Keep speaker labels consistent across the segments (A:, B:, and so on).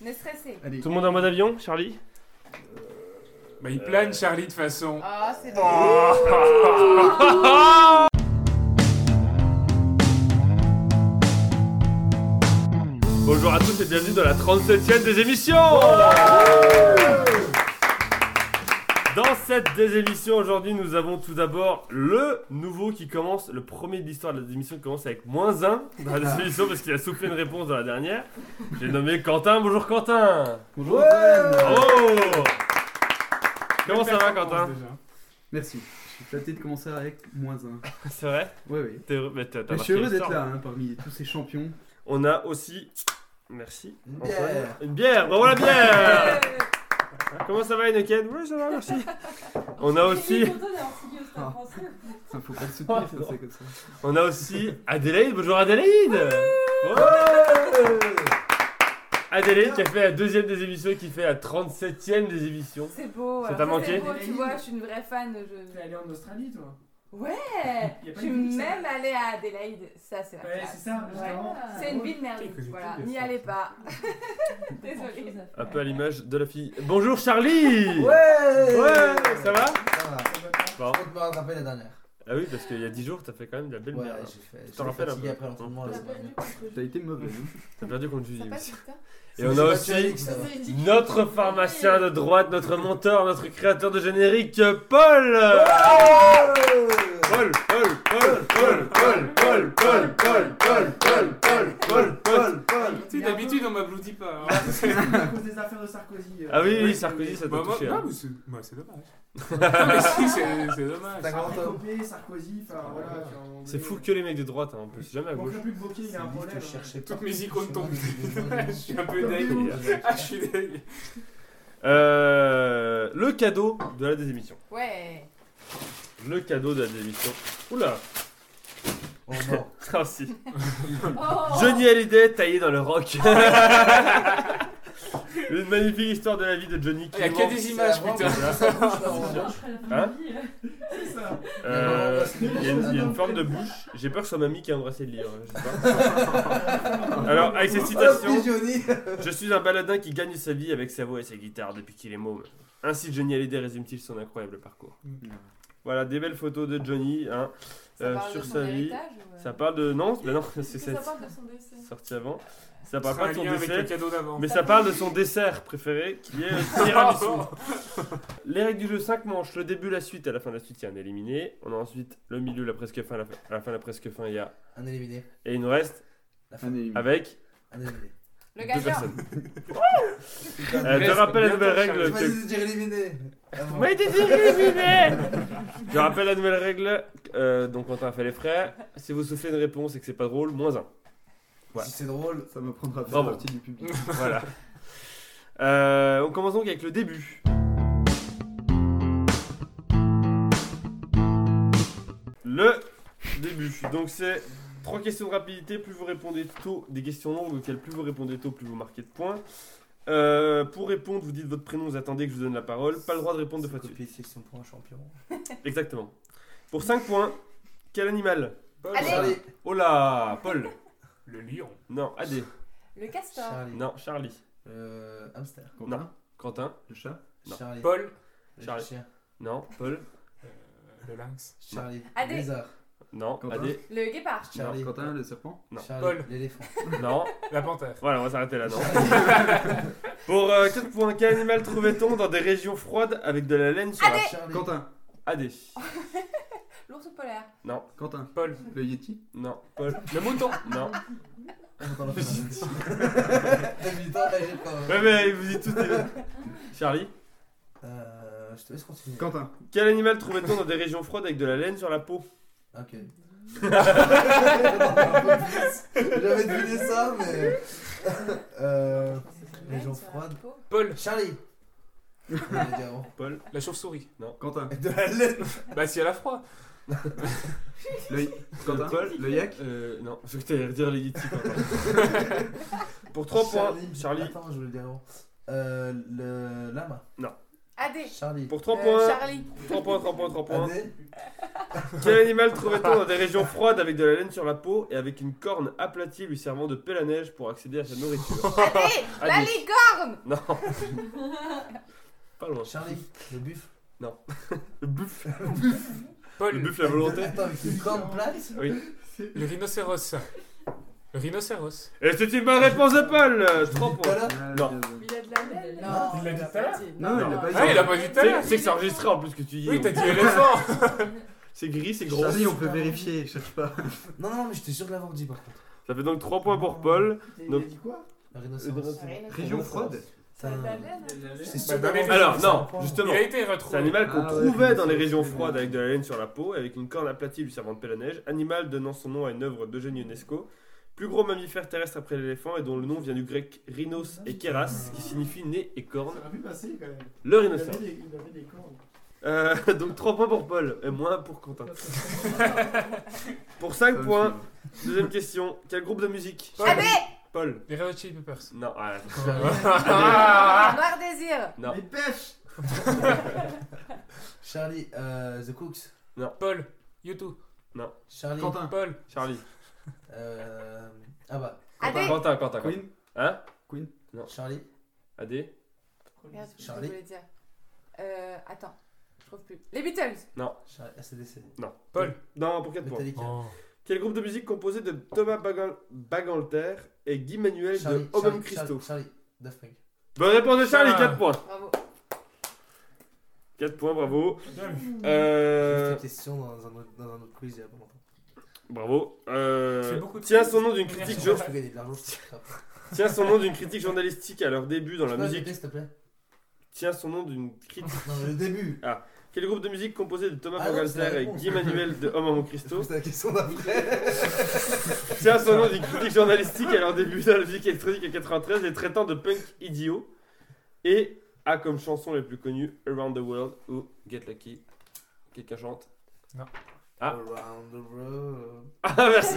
A: Ne stressez.
B: Allez.
C: Tout le monde en mode avion, Charlie
D: Bah, il plane Charlie de façon.
A: Ah, c'est bon.
C: Bonjour à tous et bienvenue dans la 37 e des émissions Dans cette des émissions aujourd'hui, nous avons tout d'abord le nouveau qui commence, le premier de l'histoire de la émission qui commence avec moins 1 dans la
B: Ah.
C: des émissions parce qu'il a soufflé une réponse dans la dernière. J'ai nommé Quentin, bonjour Quentin
B: Bonjour
D: Ouais.
B: Antoine.
C: Oh Comment ça va Quentin
B: Merci. Je suis flatté de commencer avec moins 1.
C: C'est vrai
B: Ouais, ouais.
C: T'es heureux mais t'as- t'as
B: Mais je suis
C: marqué
B: heureux d'être
C: l'histoire.
B: là, hein, parmi tous ces champions.
C: On a aussi... Merci.
B: Une
C: Antoine.
B: bière.
C: Une bière Bravo la bière Comment ça va Inoken Oui ça va merci On a aussi... Oh.
B: Ça faut pas le soutenir, ça, c'est comme ça.
C: On a aussi Adélaïde, bonjour Adélaïde Ouais. Adélaïde qui a fait la deuxième des émissions et qui fait la 37 e des émissions.
A: C'est beau.
C: Ça
A: alors
C: t'a manqué
A: c'est beau, Tu vois, je suis une vraie fan.
D: T'es
A: Je...
D: allé en Australie, toi
A: Ouais.
D: Y a
A: Je
D: pas
A: suis
D: une ville qui
A: même allée à Adélaïde. Ça, c'est la
D: Ouais,
A: classe.
D: c'est ça, justement.
A: C'est une ville
D: Quelques
A: merveilleuse.
D: études,
A: Voilà,
D: des
A: n'y
D: fois.
A: allez pas. Désolée.
C: Un peu à l'image de la fille. Bonjour Charlie
E: Ouais
C: Ouais, Ça va
E: Ça va.
C: Bon.
E: Je me rattraper la dernière.
C: Ah oui, parce qu'il y a 10 jours, t'as fait quand même de la belle
E: Ouais,
C: merde.
E: j'ai fait.
C: t'en
E: j'étais
C: rappelles un
E: fatigué
C: peu
E: après l'entraînement
C: Hein
E: la
F: T'as
E: semaine
F: perdu
E: dernière.
F: contre
B: T'as été mauvais. hein.
C: T'as perdu contre
F: Ça
C: Julie.
F: passe hein. sur toi
C: Et on
E: C'est
C: a
E: pas
C: aussi
E: Thierry que ça va.
C: notre pharmacien de droite, notre mentor, notre créateur de générique, Paul Paul, Paul, Paul, Paul, Paul, Paul, Paul, Paul, Paul, Paul, Paul, Paul, Paul, Paul.
D: Tu sais, d'habitude, on m'applaudit pas. hein.
B: À cause des affaires de Sarkozy. euh,
C: Ah oui, oui, Sarkozy, Ah, ça t'a
D: Bah, moi-
C: touché.
D: non,
C: hein.
D: mais c'est moi, c'est dommage. Non, mais si, c'est c'est
E: T'as
D: dommage.
E: grand homme.
B: Sarkozy, enfin
E: voilà,
C: Ah, C'est fou que les mecs de droite, hein, en plus, jamais à gauche.
B: plus de Wauquiez,
E: Il y a un
B: hein.
E: problème. Je cherchais
D: Toutes
E: pas.
D: mes icônes tombent.
E: Je
D: Je suis un peu dingue. Ah, je suis dingue.
C: Euh, le cadeau de la désémission.
A: Ouais.
C: Le cadeau de la désémission. Oula
E: Oh non.
C: Ah si.
A: Oh.
C: Johnny Hallyday taillé dans le rock. Une magnifique histoire de la vie de Johnny qui
D: Il y a
C: nous
D: que
C: manque.
D: des images, putain.
C: Hein Euh,
E: Il
C: Il
E: y a
C: y, a une- il y a une forme de bouche. J'ai peur que ce soit mamie qui a embrassé le livre. hein, je sais pas. Alors, avec cette citation, je suis un baladin qui gagne sa vie avec sa voix et sa guitare depuis qu'il est môme. Ainsi, Johnny Hallyday résume-t-il son incroyable parcours. Voilà, des belles photos de Johnny hein,
A: Ça
C: euh,
A: parle de
C: sur
A: son
C: sa vie.
A: héritage ou, euh,
C: Ça parle de. Non, bah non c'est
F: Ça
C: c'est
F: parle de son décès.
C: sorti avant. Ça
D: Ça
C: parle pas de son
D: lien avec le
C: décès.
D: cadeau d'avant. Ah,
C: Mais ça parle de son dessert préféré qui est le tiramisu.
D: oh,
C: Les règles du jeu 5 manches, le début, la suite, à la fin de la suite, il y a un éliminé. On a ensuite le milieu, la presque fin, la fin- à la fin, la presque fin, il y a.
E: Un éliminé.
C: Et il nous reste avec
E: Un éliminé.
A: Le
C: deux
A: gagnant.
C: personnes.
E: Putain,
C: Euh, je
D: Reste
C: rappelle la
D: bien
C: nouvelle
D: ton
C: règle.
E: tu m'as dit
C: Que...
E: de dire éliminé. Avant.
C: Mais t'es éliminé Je rappelle la nouvelle règle. euh, donc, quand on a fait les frais, si vous soufflez une réponse et que c'est pas drôle, moins 1. Ouais.
E: Si c'est drôle.
B: Ça me prendra plus
C: Bravo.
B: partie du public.
C: Voilà. Euh, on commence donc avec le début. Le début. Donc c'est trois questions de rapidité. Plus vous répondez tôt des questions longues auxquelles plus vous répondez tôt, plus vous marquez de points. Euh, pour répondre, vous dites votre prénom, vous attendez que je vous donne la parole. Pas le droit de répondre de
E: C'est
C: fois de suite.
E: copier de section pour un champion.
C: Exactement. Pour 5 points, quel animal
A: Allez.
E: Charlie.
C: Oh là Paul
D: Le lion.
C: Non, Adé.
A: Le castor.
E: Charlie.
C: Non, Charlie.
E: Euh, hamster.
B: Quentin,
C: Non. Quentin
B: Le chat.
C: Non.
E: Charlie.
D: Paul.
E: Le
C: Charlie.
E: chien.
C: Non, Paul
D: Euh, Le lynx.
E: Charlie.
A: Adé.
E: Lézard.
C: Non,
B: Quentin
C: Adé
A: Le guépard.
E: Charlie.
B: Quentin, le serpent.
C: Non.
E: Charlie.
D: Paul.
E: L'éléphant.
C: Non.
D: La panthère.
C: Voilà, on va s'arrêter là, non Pour 4 points, quel animal trouvait-on dans des régions froides avec de la laine sur la... Ah,
E: Charlie.
B: Quentin.
C: AD.
A: L'ours polaire.
B: Quentin.
D: Paul.
B: Le Yeti.
C: Non. Paul.
D: Le mouton.
C: Non.
E: Attends, on a fait un petit. T'as mis le temps à réagir quand même.
C: Ouais, mais vous dites tous des... Charlie
E: Euh, je te laisse continuer.
B: Quentin.
C: Quel animal trouvait-on dans des régions froides avec de la laine sur la peau
E: Ok. J'avais deviné ça, mais. euh, les gens froides.
D: Paul.
E: Charlie J'allais dire avant.
C: Paul
D: La chauve-souris.
B: Quentin.
E: De la lettre
D: Bah, si elle a froid.
B: Le... Quentin.
C: Paul.
B: Le yak.
C: Euh, non. Je crois que t'allais redire les Yeti. quoi. Pour 3 points, Charlie.
E: Attends, je voulais le dire avant. Euh, le lama.
A: AD.
E: Charlie.
C: Pour 3
A: Euh,
C: points.
A: Charlie.
C: 3 points, 3 points, 3 points.
E: Adé.
C: Quel animal trouvait-on dans des régions froides avec de la laine sur la peau et avec une corne aplatie lui servant de pelle à neige pour accéder à sa nourriture
A: AD. La
C: Adé.
A: licorne.
C: Non. Pas loin.
E: Charlie. Le buff.
C: Le buff. Le
D: Paul,
C: buff, la volonté.
E: Attends, avec une corne plate
D: le rhinocéros. Le rhinocéros.
C: Et c'est une bonne réponse de Paul 3
E: Tout à
C: points.
E: l'heure.
C: Non.
A: Il a de la laine.
E: Non.
A: Non.
D: Il l'a dit tout à l'heure.
B: Non, il l'a pas dit.
D: Ah, il a pas dit tout à
C: C'est-
D: l'heure.
C: C'est que c'est enregistré en plus que tu dis.
D: Oui,
C: donc.
D: t'as dit éléphant.
C: C'est gris, c'est gros.
B: Charlie, on peut vérifier, cherche pas.
E: Non, non, mais j'étais sûr de l'avoir dit par contre.
C: Ça fait donc 3 points pour Paul.
F: Il a
C: Donc-
F: dit quoi
E: Le rhinocéros.
B: Région froide.
A: Ça a de la laine. hein.
E: J'étais sûr de
D: Bah,
E: l'avoir dit.
C: Alors,
E: c'est un
C: non,
E: point.
D: Il
C: justement.
D: a été
C: C'est un
D: retrouvé.
C: animal qu'on
B: Ah ouais.
C: trouvait dans les régions froides avec de la laine sur la peau, avec une corne aplatie lui servant de pelle à neige, animal donnant son nom à une œuvre d'Eugène Ionesco, plus gros mammifère terrestre après l'éléphant et dont le nom vient du grec rhinos et kéras, qui signifie nez et corne,
F: Ah, Ça m'a vu passer quand même.
C: le
F: Il avait
C: rhinocéros.
F: des, il avait des cornes.
C: Euh, donc 3 points pour Paul, et moins pour Quentin. Pour 5 points, deuxième question, quel groupe de musique
D: Paul,
C: Paul.
D: Les Red Hot Chili Peppers.
C: Non, ah,
A: Noir désir.
C: Non.
F: Les pêches
E: Charlie. euh, The Cooks.
D: Paul, YouTube.
E: Charlie.
B: Quentin.
D: Paul,
C: Charlie.
E: Euh... Ah bah.
A: Adé.
C: Quentin, Quentin, Quentin.
B: Queen.
C: Hein
E: Charlie.
C: Adé
A: Merde, je
E: Charlie.
A: voulais dire. Euh, attends, je trouve plus. Les Beatles.
E: Charlie. ACDC.
D: Paul.
C: Non, pour 4 points.
E: Metallica.
D: Oh.
C: Quel groupe de musique composé de Thomas Bagan- Bagalter et Guy Manuel
E: Charlie,
C: de Homem
E: Charlie,
C: Christo
E: Charlie, Charlie, Daft Punk.
C: Bonne réponse de Charlie,
D: Ah.
C: 4 points.
A: Bravo.
C: 4 points, bravo.
D: Bien
E: Mmh.
C: Euh,
E: C'était question dans un, autre, dans un autre quiz il y a pas longtemps.
C: bravo.
D: C'est
C: Euh,
D: beaucoup de-
C: Tiens son nom d'une critique,
D: Merci.
E: Je
C: jour-
E: peux gagner de l'argent, je te frappe.
C: tiens son nom d'une critique journalistique à leur début dans la
E: Tu peux
C: musique.
E: répéter, s'il te plaît
C: Tiens son nom d'une critique.
E: Non, le début.
C: Quel groupe de musique composé de Thomas
E: Ah non, c'est la
C: Bagalter et
E: réponse.
C: Guy Manuel de Homem Christo
E: C'est la question d'après.
C: Tiens son nom d'une critique journalistique à leur début dans la musique électronique en 93, les traitant de punk idiot et a comme chansons les plus connues Around the World ou Get Lucky. Quelqu'un chante Ah.
E: Around the road.
C: Ah merci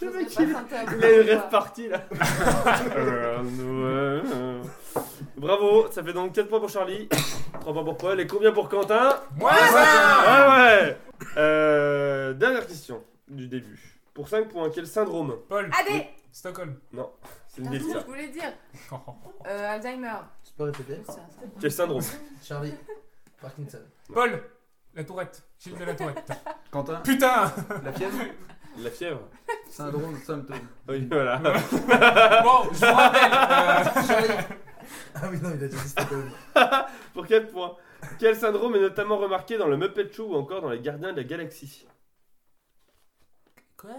A: Je
C: mec,
A: sais pas, c'est un peu
C: Il a une
A: quoi.
C: rêve partie là Around the world. Bravo, ça fait donc 4 points pour Charlie, 3 points pour Paul et combien pour Quentin
D: Moi,
C: Ah ouais Euh, Dernière question du début. Pour 5 points, quel syndrome
D: Paul,
A: Adé.
D: Stockholm.
C: C'est une
A: Putain, c'est ce que
C: délire.
A: Je voulais dire. Euh, Alzheimer.
E: Tu peux répéter
A: C'est un- c'est un-
C: Quel syndrome
E: Charlie. Parkinson.
D: Paul, la tourette. Gilles de la tourette.
B: Quentin.
D: Putain
B: La fièvre.
C: La fièvre
B: Syndrome, symptôme.
C: Oui, voilà.
D: Bon, je vous rappelle. euh,
E: Ah oui, non, il a dit c'était quand même.
C: Pour 4 points. Quel syndrome est notamment remarqué dans le Muppet Show ou encore dans les Gardiens de la Galaxie
D: Quoi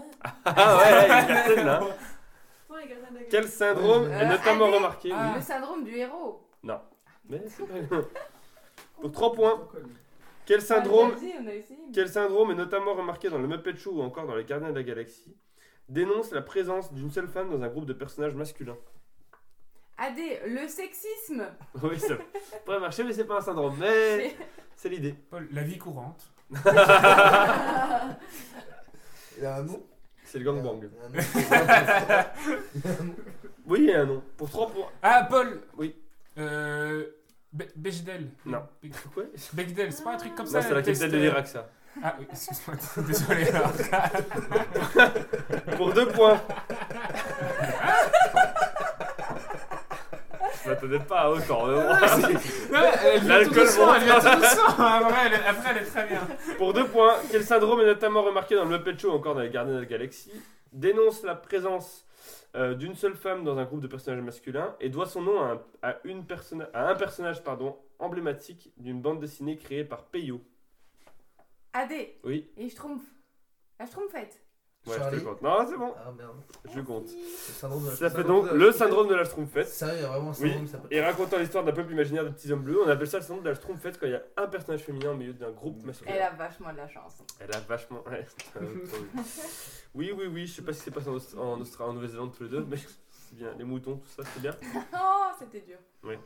C: Ah ouais, il y a personne là.
G: les gardiens de la
C: Quel syndrome est
A: Euh,
C: notamment
A: allez.
C: remarqué
D: Ah.
A: Euh, Le syndrome du héros.
C: Mais c'est pas- Pour 3 points. Quel syndrome,
A: On l'a dit, on a essayé, mais-
C: quel syndrome est notamment remarqué dans le Muppet Show ou encore dans les Gardiens de la Galaxie dénonce la présence d'une seule femme dans un groupe de personnages masculins
A: Adé, le sexisme.
C: Oui, ça pourrait marcher, mais c'est pas un syndrome. Mais
A: C'est-
C: c'est l'idée.
D: Paul, la vie courante.
E: Il a un nom.
C: C'est le
E: Il a un-
C: gangbang.
D: Ah.
E: il a un nom. Il a un nom.
C: Oui, il y a un nom. Pour 3 points.
D: Ah, Paul
C: Oui.
D: Euh. Be- Bechdel.
C: Non.
D: Be-
C: Pourquoi
D: Bechdel, c'est pas un truc comme ça
C: Non, c'est la
D: le test,
C: capitale de
D: euh,
C: l'Irak, ça.
D: Ah, oui, excuse-moi, désolé. alors.
C: euh, Pour deux points. Je m'attendais pas à autant. mais bon.
D: Non, elle vient tout
C: L'alcool
D: doucement, elle vient
C: monte.
D: tout doucement. Ah, ouais, elle est- Après, elle est très bien.
C: Pour deux points, quel syndrome est notamment remarqué dans le Muppet Show, encore dans les Gardiens de la Galaxie, dénonce la présence euh, d'une seule femme dans un groupe de personnages masculins et doit son nom à un, à une personne, à un personnage pardon, emblématique d'une bande dessinée créée par Peyo.
A: Adé.
C: Oui,
A: Et je trompe. La Schtroumpfette.
C: ouais, je
E: Charlie.
C: te compte. Non, c'est bon,
E: Ah merde.
C: je compte.
E: C'est le syndrome de la
C: Ça fait donc le syndrome de la Schtroumpfette.
E: Sérieux, il y a vraiment un syndrome qui s'appelle.
C: Et racontant l'histoire d'un peuple imaginaire de petits hommes bleus, on appelle ça le syndrome de la Schtroumpfette quand il y a un personnage féminin au milieu d'un groupe masculin.
A: Elle a vachement de la chance.
C: Elle a vachement. ouais, c'est un autre problème. oui, oui, oui, je sais pas si c'est passé en, Aust- en, Austra- en Nouvelle-Zélande tous les deux, mais c'est bien. Les moutons, tout ça, c'est bien.
A: Oh, c'était dur.
C: Le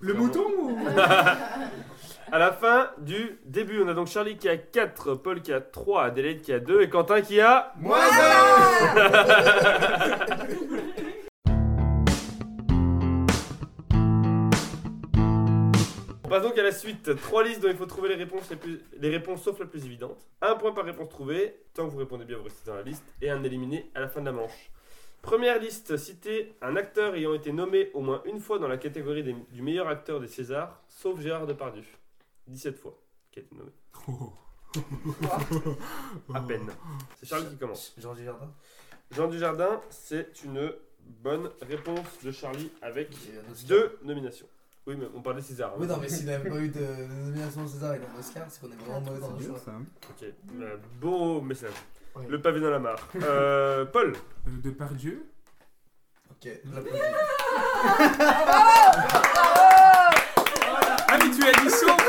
F: Le
C: mouton
F: mouton ou
C: À la fin du début, on a donc Charlie qui a 4, Paul qui a 3, Adelaide qui a 2 et Quentin qui a.
F: Moi
C: passe donc à la suite. Trois listes dont il faut trouver les réponses, les plus- les réponses sauf la plus évidente. Un point par réponse trouvée. Tant que vous répondez bien, vous restez dans la liste. Et un éliminé à la fin de la manche. Première liste citez un acteur ayant été nommé au moins une fois dans la catégorie des- du meilleur acteur des Césars, sauf Gérard Depardieu. 17 fois qui a été nommé.
D: Oh,
C: à peine. C'est Charles qui commence.
E: Jean Dujardin
C: Jean Dujardin, c'est une bonne réponse de Charlie avec
E: Il y a un Oscar.
C: deux nominations. Oui, mais on parlait de César. hein.
E: Oui, non, mais s'il n'avait pas eu de de nomination au César et d'un Oscar, c'est qu'on est vraiment mauvais dans
B: C'est
E: le
B: dur
E: choix.
B: ça.
C: Ok, euh, beau message.
F: Ouais.
C: Le pavé dans la mare. Euh, Paul,
D: Euh, De par Dieu
E: Ok, l'applaudissement.
D: Ah, mais tu as dit sauf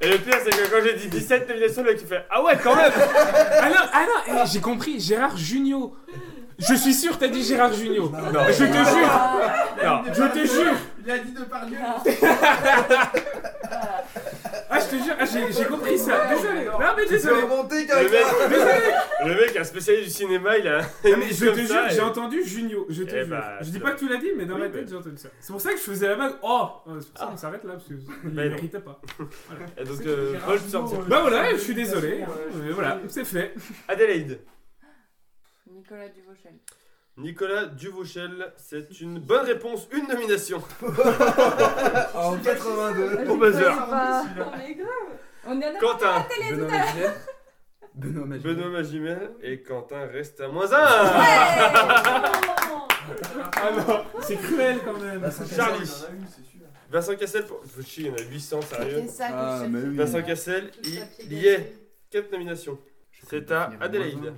C: et le pire c'est que quand j'ai dit 17 nominations, le mec il fait Ah ouais, quand même
D: Ah non, ah non, eh, j'ai compris, Gérard Junio. Je suis sûr, t'as dit Gérard Junio.
C: Non,
D: Je te jure,
A: Ah,
C: non.
D: je te jure.
F: Il a dit de par Dieu.
D: Ah, je te jure, ah, j'ai j'ai compris ça. Désolé. Non, mais désolé.
E: Désolé, monter,
C: Le
E: quelqu'un
C: mec, le mec, un spécialiste du cinéma, il a.
D: Ah, mais je te jure, j'ai entendu Junio. Je te
C: Eh
D: jure.
C: bah,
D: je dis
C: c'est
D: pas que tu l'as dit, mais dans
C: Oui,
D: ma
C: mais-
D: tête, j'ai entendu ça. C'est pour ça que je faisais la bague. Oh Ah, C'est pour ça qu'on s'arrête là, parce qu'il
C: Mais
D: ne
C: Bah, non.
D: méritait pas.
C: Et donc, euh, Paul, tu sors.
D: Bah voilà, je suis désolé. hein, mais voilà, c'est fait.
C: Adélaïde.
A: Nicolas Duvauchel.
C: Nicolas Duvauchel, c'est une bonne réponse, une nomination.
E: En 82.
A: Je
C: Au
A: le
D: bah,
C: buzzer.
A: connais pas. Ah, On est en
C: Quentin,
B: Benoît Magimel. Benoît Magimel.
C: Benoît Magimel et Quentin reste à moins un.
D: Ah non, c'est cruel quand
E: Ah,
D: même.
C: Charlie.
F: Il y en a une, c'est sûr.
C: Vincent Cassel, pour... Faut chier, il y en a 800, sérieux.
A: C'est ça que
B: Ah,
A: je
B: mais
A: cherchais.
B: oui.
C: Vincent Cassel,
A: Le
C: il
A: papier
C: y
A: gâché.
C: est. 4 nominations. C'est à Adélaïde.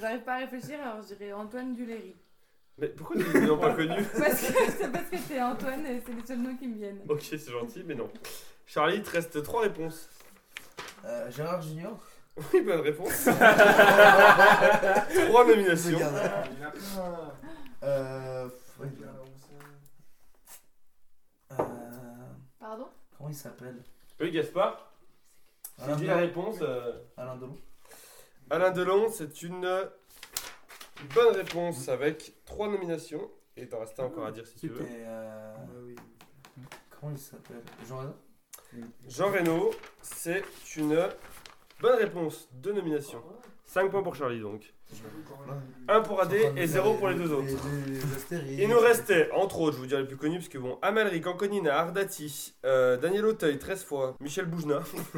A: J'arrive pas à réfléchir, alors je dirais Antoine Duléry.
C: Mais pourquoi ils ne l'ont pas connu
A: Parce que c'est parce que c'est Antoine et c'est les seuls noms qui me viennent.
D: Oh.
C: Ok, c'est gentil, mais non. Charlie, il te reste 3 réponses.
E: Euh, Gérard Junior
C: Oui, bonne réponse. 3 nominations.
F: Ah, Il y en a plein.
E: Euh. ouais,
F: Il y en a onze.
E: euh,
A: Pardon
E: Comment il s'appelle
C: Oui, Gaspard,
E: Alain
C: c'est dit la
E: Delon.
C: réponse. euh,
E: Alain Delon.
C: Alain Delon, c'est une euh, bonne réponse avec 3 nominations. Et t'en restes encore à dire si tu veux.
E: Et euh. Comment il s'appelle Jean Reno
C: Jean Reno, c'est une euh, bonne réponse. 2 nominations. 5 points pour Charlie donc. 1 pour AD et 0 pour les deux autres. Il nous restait, entre autres, je vous dirais les plus connus, parce que bon, Amalric, Anconina, Ardati, euh, Daniel Auteuil, 13 fois, Michel Boujna,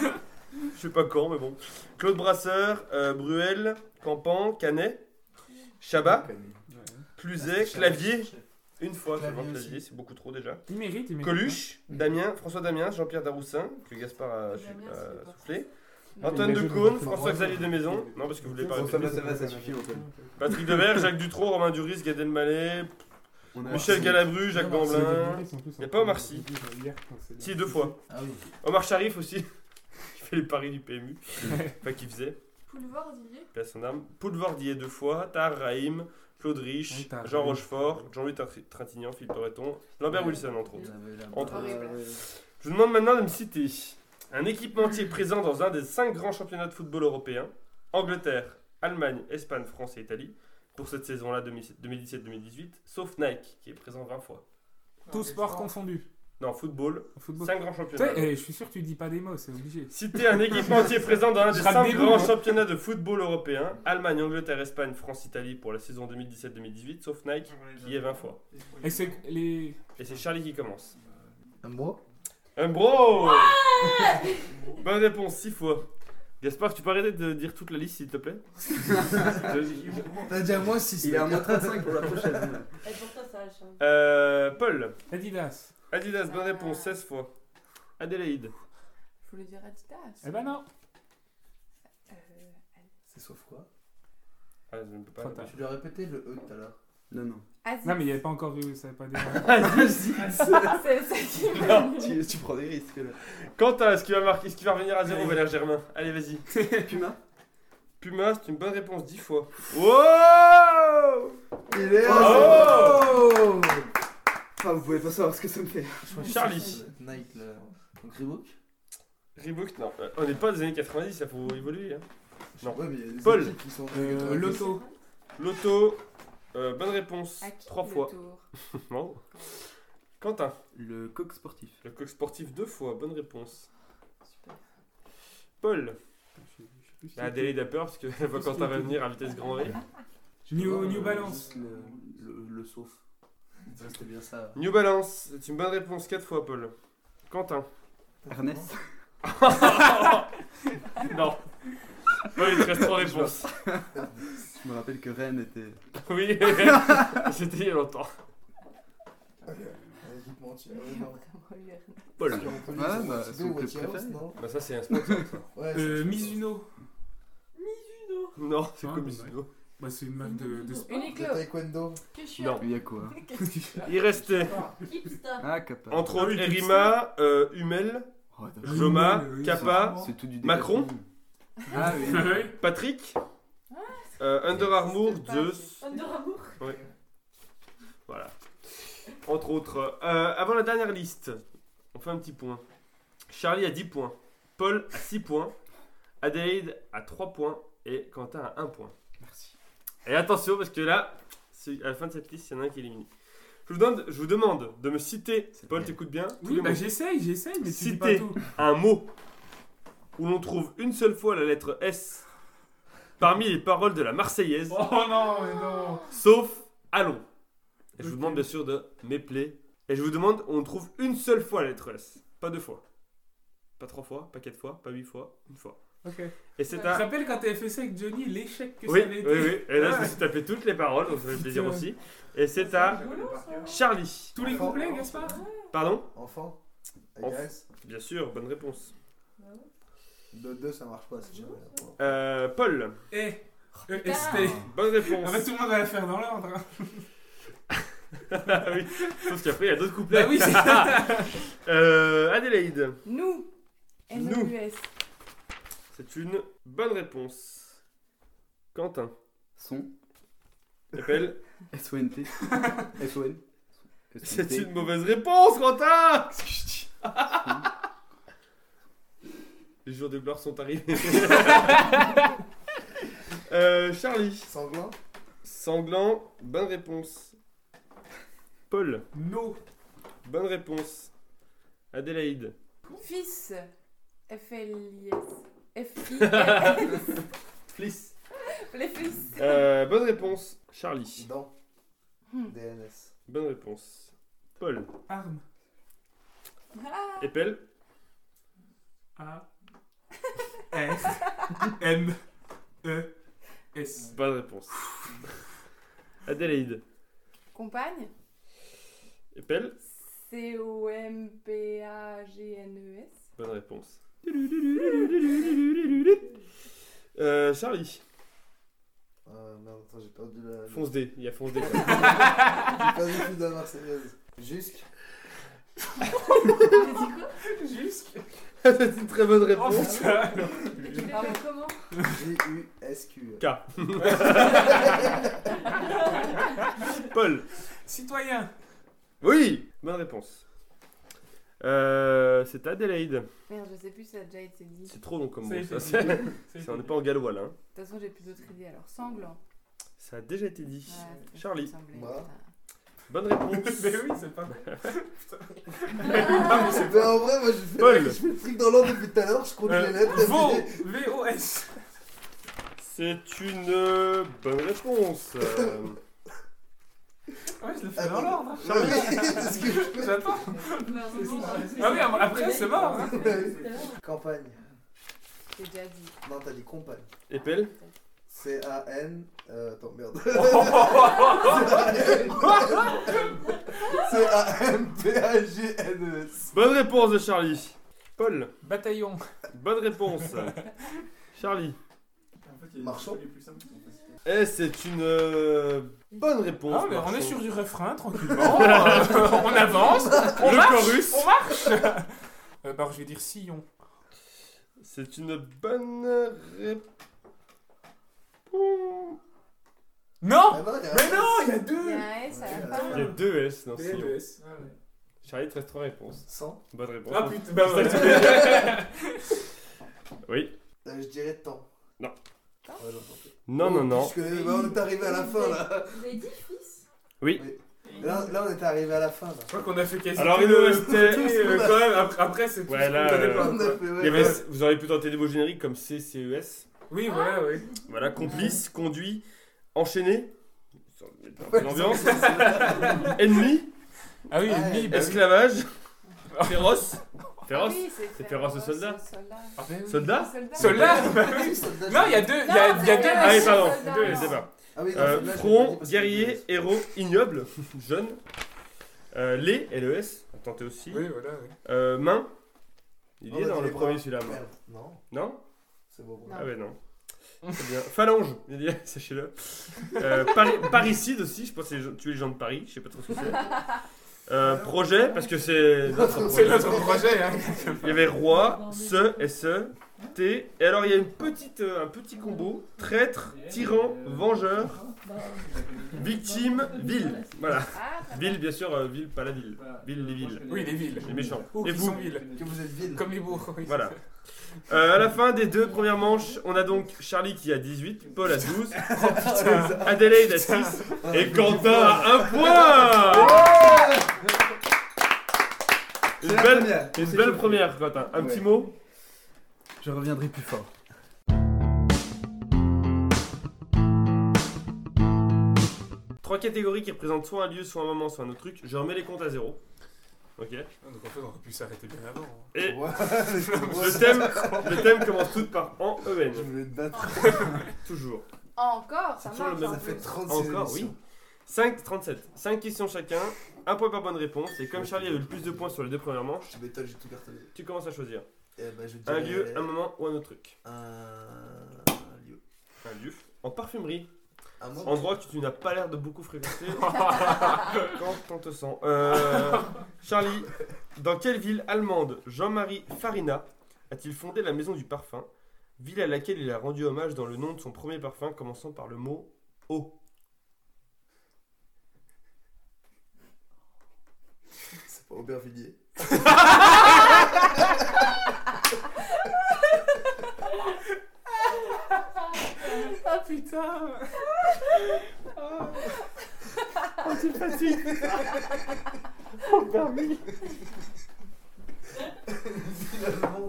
C: je sais pas quand, mais bon, Claude Brasseur, euh, Bruel, Campan, Canet, Chabat,
E: Ah,
C: Cluzet, Clavier, une fois
E: Clavier
C: seulement
E: aussi.
C: Clavier, c'est beaucoup trop déjà,
D: Il mérite, il mérite.
C: Coluche, Damien, François Damien, Jean-Pierre Daroussin, que Gaspard a
A: Damien,
C: su-
A: c'est
C: a
A: pas
C: soufflé,
A: Non.
C: Antoine
B: Mais-
C: Decaune,
B: mais-
C: François-Xavier de Maison, non parce que vous voulez pas
B: François
C: répéter,
B: Bassel, ça suffit, Opel.
C: Patrick Devers, Jacques Dutroux, Romain Duris, Gad Elmaleh,
B: On a-
C: Michel Galabru, Jacques Gamblin, y a pas Omar Sy. Si, deux fois.
E: Ah oui.
C: Omar Sharif aussi, qui fait les paris du PMU. enfin, qui faisait,
G: Boulevard Didier
C: paix à son âme. Poulvardier deux fois, Tahar Rahim, Claude Rich,
D: Oui, Tahar
C: Jean
D: Rahim.
C: Rochefort, Jean-Louis Tr- Trintignant, Philippe Breton, Lambert
E: Ouais.
C: Wilson, entre autres.
E: Il avait Euh, la-
C: Entre-
A: Horrible.
C: Je vous demande maintenant de me citer un équipementier présent dans un des cinq grands championnats de football européens, Angleterre, Allemagne, Espagne, France et Italie, pour cette saison-là 2017-2018, sauf Nike, qui est présent 20 fois.
D: Tout sport confondu.
C: Non, football,
D: En Football.
C: 5 grands championnats.
D: Putain, eh, je suis sûr que tu dis pas des mots, c'est obligé.
C: Citer un équipementier présent dans un des
D: Je rate
C: cinq
D: des
C: grands
D: bouts, hein.
C: championnats de football européen, Allemagne, Angleterre, Espagne, France, Italie pour la saison 2017-2018, sauf Nike, qui est 20 fois.
D: Et c'est que les.
C: Et c'est Charlie qui commence.
E: Un bro
C: Un bro Bonne réponse, 6 fois. Gaspard, tu peux arrêter de dire toute la liste s'il te plaît
E: T'as dit à moi 6.
B: Il est à moins 35 pour la prochaine.
G: Et pourtant ça a changé.
C: Euh, Paul,
D: Adidas.
C: Adidas, bonne
A: Ah.
C: réponse, 16 fois. Adélaïde,
A: Faut le dire Adidas.
D: Eh ben non.
A: Euh,
E: C'est sauf quoi
C: ah, je ne peux pas.
D: Trop tard.
E: Tu lui as répété le E tout à l'heure.
B: Non, non.
A: Aziz.
D: Non, mais il n'y avait pas encore eu, ça avait pas des.
A: C'est ça qui me
B: tu, tu prends des risques là.
C: Quentin, est-ce qu'il va, marquer- est-ce qu'il va revenir à zéro, Valère Germain Allez, vas-y.
B: Puma
C: Puma, c'est une bonne réponse, 10 fois. Wow
B: Il est
C: à
B: oh Enfin, vous pouvez pas savoir ce que ça me fait.
E: Je crois que
C: Charlie.
E: c'est Nike, le. Donc Reebok
C: Reebok, non. Euh, On n'est pas des années 90, ça faut évoluer. Hein. Non.
E: Ouais, mais il y a des
C: Paul.
E: équipes qui sont.
D: Euh, L'auto.
C: Loto, euh, bonne réponse.
A: À Ah, qui
C: Trois
A: le
C: fois.
A: tour
C: Non. Quentin,
B: Le coq sportif.
C: le coq sportif deux fois, bonne réponse.
G: Super.
C: Paul,
B: Je- je sais plus si
C: la
B: c'est-
C: délai peur parce que elle voit Quentin va venir à vitesse grand V.
D: New,
E: Non,
D: New
E: euh,
D: Balance.
E: juste Le, le, le sauf. C'était bien ça.
C: New Balance, c'est une bonne réponse quatre fois, Paul. Quentin.
B: Ernest.
C: non. Paul, il te reste trois réponses.
B: Je me rappelle que Rennes était.
C: Oui, c'était il y a longtemps.
E: Vas-y, te mentir.
D: Euh,
C: Paul.
B: Ouais, bah, son club préféré.
C: Bah, ça, c'est un sponsor.
D: Euh, Mizuno.
G: Mizuno.
C: Non, c'est
D: Ah,
C: comme
D: ouais.
C: Mizuno.
D: Bah, c'est une marque de, de sport.
A: Uniqlo.
E: Le taekwondo.
G: Que je suis
C: Non.
B: Il y a quoi
C: Il restait,
G: hipster.
B: Ah, Kappa.
C: entre
D: Ah
C: autres,
D: oui, tout
C: Erima, euh, Hummel,
B: Oh, d'accord.
D: Hummel,
C: Joma,
D: oui,
C: Kappa,
B: C'est tout du
C: Macron
B: décathlon. Ah oui.
D: Ah ouais
C: Patrick, euh, Under Armour,
A: C'était Ah, pas-
C: Zeus,
G: Under Armour.
C: voilà. Entre autres. Euh, avant la dernière liste, on fait un petit point. Charlie a 10 points, Paul a 6 points, Adelaide a 3 points et Quentin a 1 point.
B: Merci.
C: Et attention parce que là, c'est- à la fin de cette liste, il y en a un qui est éliminé. Je vous, donne- je vous demande de me citer,
B: C'est
C: Paul
B: bien.
C: t'écoutes bien, tous
D: Oui,
C: les
D: bah
C: mots.
D: j'essaye, j'essaye, mais tu dis pas
C: Cité.
D: tout.
C: un mot où l'on trouve une seule fois la lettre S parmi les paroles de la Marseillaise,
F: Oh non, mais non.
C: Ah. sauf allons. Et je vous
D: Ok.
C: demande bien sûr de m'épeler. Et je vous demande, on trouve une seule fois la lettre S. Pas deux fois. Pas trois fois, pas quatre fois, pas huit fois, une fois.
D: Ok.
C: Et c'est
G: Ouais.
D: Je me
C: à...
D: rappelle quand t'avais fait ça avec Johnny, l'échec que
C: Oui,
D: ça avait
C: oui,
D: été.
C: oui. Et là, je
D: Ah
C: me
D: ouais.
C: suis tapé toutes les paroles, donc ça fait plaisir
D: Putain.
C: aussi. Et c'est à Charlie.
D: Tous les
E: Enfant.
D: couplets, Gaspard
C: Pardon
E: Enfant.
C: Enf-
E: Agresse.
C: Bien sûr, bonne réponse.
E: De deux, ça marche pas. c'est jamais la pointe.
C: Euh, Paul,
D: Eh euh,
A: putain.
D: ST.
C: bonne
D: En
C: réponse.
D: fait, tout le monde va la faire dans l'ordre. hein.
C: Ah oui. Sauf qu'après, il y a d'autres couplets.
D: Bah oui, c'est
C: Euh, Adélaïde,
A: Nous.
C: Nous.
A: N-U-S.
C: c'est une bonne réponse. Quentin,
B: Son.
C: t'appelles
B: S-O-N-T. S-O-N.
C: C'est une mauvaise réponse, Quentin
B: Qu'est-ce que je dis
C: Les jours de gloire sont arrivés. Euh, Charlie,
E: Sanglant.
C: sanglant, bonne réponse. Paul,
D: No.
C: bonne réponse. Adélaïde,
A: Fils. F-L-I-S. F-I-S. E
C: fliss.
A: Les fils.
C: Euh, bonne réponse. Charlie,
E: Dent.
A: Hmm.
E: DNS.
C: bonne réponse. Paul,
D: Arme.
A: Ah,
C: épelle.
D: A. S. M. E. S.
C: Bonne réponse. Adélaïde,
A: Compagne.
C: épelle.
A: C-O-M-P-A-G-N-E-S.
C: Bonne réponse. Euh, Charlie,
E: Euh, merde, attends, j'ai perdu la.
C: fonce D, il y a fonce D.
E: J'ai perdu le fil de la Marseillaise. Jusque.
D: Jusque.
C: C'est une très bonne
D: Oh
C: réponse.
D: putain.
G: Et tu l'as fait comment
E: J-U-S-Q.
C: Oh, Paul,
D: Citoyen.
C: oui, bonne réponse. Euh, c'est Adélaïde.
A: Merde, je sais plus si ça a déjà été dit.
C: C'est trop long comme
D: Ça a
C: mot.
D: été
C: Ça,
D: dit.
C: c'est-
D: C'est-
C: ça, on n'est pas en gallois là. hein.
A: De toute façon, j'ai plus d'autres idées alors. Sanglant.
C: Ça a déjà été dit.
A: Ouais, c'est-
C: Charlie.
A: ça me semblait,
E: Moi.
A: putain.
C: Bonne réponse.
D: Mais oui, c'est pas.
E: Ah, mais c'est pas en vrai, moi je fais,
C: Paul.
E: je fais le truc dans l'ordre depuis tout à l'heure, je compte les lettres.
D: Euh,
E: t'as
D: Vos.
E: fait
D: V-O-S.
C: C'est une euh, bonne réponse. Euh,
D: Ouais, je le fais dans l'ordre. hein.
E: des- Ouais, mais c'est ce que je fais.
D: J'attends.
G: Bah, vraiment, hein.
D: Ah oui, après, c'est mort. hein.
E: Campagne.
A: J'ai déjà dit.
E: Non, t'as dit compagne.
C: Épelle.
E: C-A-N. Euh, attends, merde. C-A-M-P-A-G-N-E-S.
C: Bonne réponse de Charlie. Paul,
D: Bataillon.
C: bonne réponse. Charlie.
E: Marchand.
C: Eh, c'est une euh, bonne réponse.
D: Ah, mais on est
C: Marchand.
D: sur du refrain tranquillement. euh, on avance. On
C: Le
D: marche.
C: chorus.
D: On marche. Euh, bah, je vais dire sillon.
C: C'est une bonne réponse.
D: Non.
E: Ah non, il y a
D: Mais non, il y a
A: Il y
D: deux. E
A: a un S à la
E: Ah.
A: fin.
C: Il y a deux S
D: hein.
C: dans ce nom.
D: S.
C: Charlie, 13 3 réponses.
E: 100.
C: Bonne réponse.
D: Ah putain, bah ouais.
C: Oui.
E: Euh, je dirais temps.
C: Non.
E: Ouais, j'en pense.
C: Non, non, non.
E: Parce que bah, on est arrivé à la fin là.
G: Vous avez dit fils
C: Oui.
E: Euh, Là, là, on était arrivé à la fin. Là.
D: Je crois qu'on a fait quasi.
C: Alors,
D: tout
C: il nous
D: le-
C: restait-
D: tout le-
E: tout ce qu'on a-
D: euh, quand même, après, après, c'est tout
C: Ouais,
D: ce qu'on
C: là,
D: connaît
C: euh,
D: pas,
E: On
D: quoi.
E: a fait,
C: Il
E: ouais,
C: y avait-
E: ouais.
C: vous auriez pu tenter des mots génériques comme CCES.
D: Oui, voilà, Ah oui.
C: Voilà, complice, conduit, enchaîné. L'ambiance. Ennemi,
D: Ah oui,
E: Ouais.
D: ennemi, bah oui.
C: esclavage, féroce. Féroce
A: Ah oui, C'est
C: féroce au soldat.
D: Ah, bah oui.
C: Soldat
D: Soldat bah oui.
E: Oui, soldat,
D: Non, il y a
E: j'ai-
D: deux, il y a, il y a deux.
C: Ah oui,
D: S.
C: pardon,
A: Soldat.
C: deux, c'est pas.
E: Ah oui, non,
C: Euh,
E: soldat, j'ai pas dit
C: front,
E: parce que-
C: guerrier, héros, ignoble, jeune. Euh, les, LES, tentez aussi.
D: Oui, voilà, oui.
C: Euh, main, il
E: On
C: est
E: a
C: dans
E: dit
C: le
E: les
C: premier
E: bras.
C: celui-là. main.
E: Merde, Non,
C: Non
E: c'est bon.
A: Non.
C: Ah ouais, non. Très bien. Phalange, il y a dit, sachez-le. Euh, pari- parricide aussi, je pense que c'est les gens- tuer les gens de Paris, je sais pas trop ce que c'est. Euh, projet, parce que c'est notre
D: C'est
C: projet.
D: notre projet, hein.
C: Il y avait roi, se, se, t. Et alors il y a une petite, euh, un petit combo traître, tyran, vengeur, victime, ville. Voilà.
A: Ah, très bien.
C: Ville, bien sûr, euh, ville, pas la ville. Ville, les villes.
D: Oui, les villes.
C: Les méchants.
D: Ouh,
C: Et
D: qui
C: vous
D: Oh, sont villes.
E: Que vous êtes ville.
D: Comme les bourgs, oui.
C: Voilà. Euh, à la fin des deux premières manches, on a donc Charlie qui a 18, Paul à 12,
D: Oh,
C: Adélaïde à 6 et Quentin à 1 point
E: C'est
C: Une
E: la
C: belle,
E: première.
C: une
E: C'est
C: belle
E: chaud.
C: première, Quentin. Un
E: Ouais.
C: petit mot
B: Je reviendrai plus fort.
C: Trois catégories qui représentent soit un lieu, soit un moment, soit un autre truc. Je remets les comptes à zéro. Ok.
D: Donc en fait, on aurait pu s'arrêter bien avant. hein.
C: Et
E: Ouais,
C: le thème, le thème commence tout par en EN.
E: Je voulais te battre.
C: Toujours.
A: Encore, ça
C: C'est toujours
A: marche. Oh,
C: le même
A: en
E: Ça fait
A: plus.
E: 36
C: Encore, oui. 5, 37. 5 questions chacun, un point par bonne réponse. Et comme Charlie a eu le plus de points sur les deux premières manches,
E: Je m'étonne, j'ai tout cartonné.
C: tu commences à choisir.
E: Eh ben, je dirais...
C: Un lieu, un moment ou un autre truc.
E: Un un lieu.
C: Un lieu. En parfumerie,
E: Un moment.
C: endroit que tu n'as pas l'air de beaucoup fréquenter quand on te sent. Euh, Charlie, dans quelle ville allemande Jean-Marie Farina a-t-il fondé la maison du parfum Ville à laquelle il a rendu hommage dans le nom de son premier parfum commençant par le mot eau.
E: C'est pas Aubervilliers.
D: Ah putain
E: Finalement,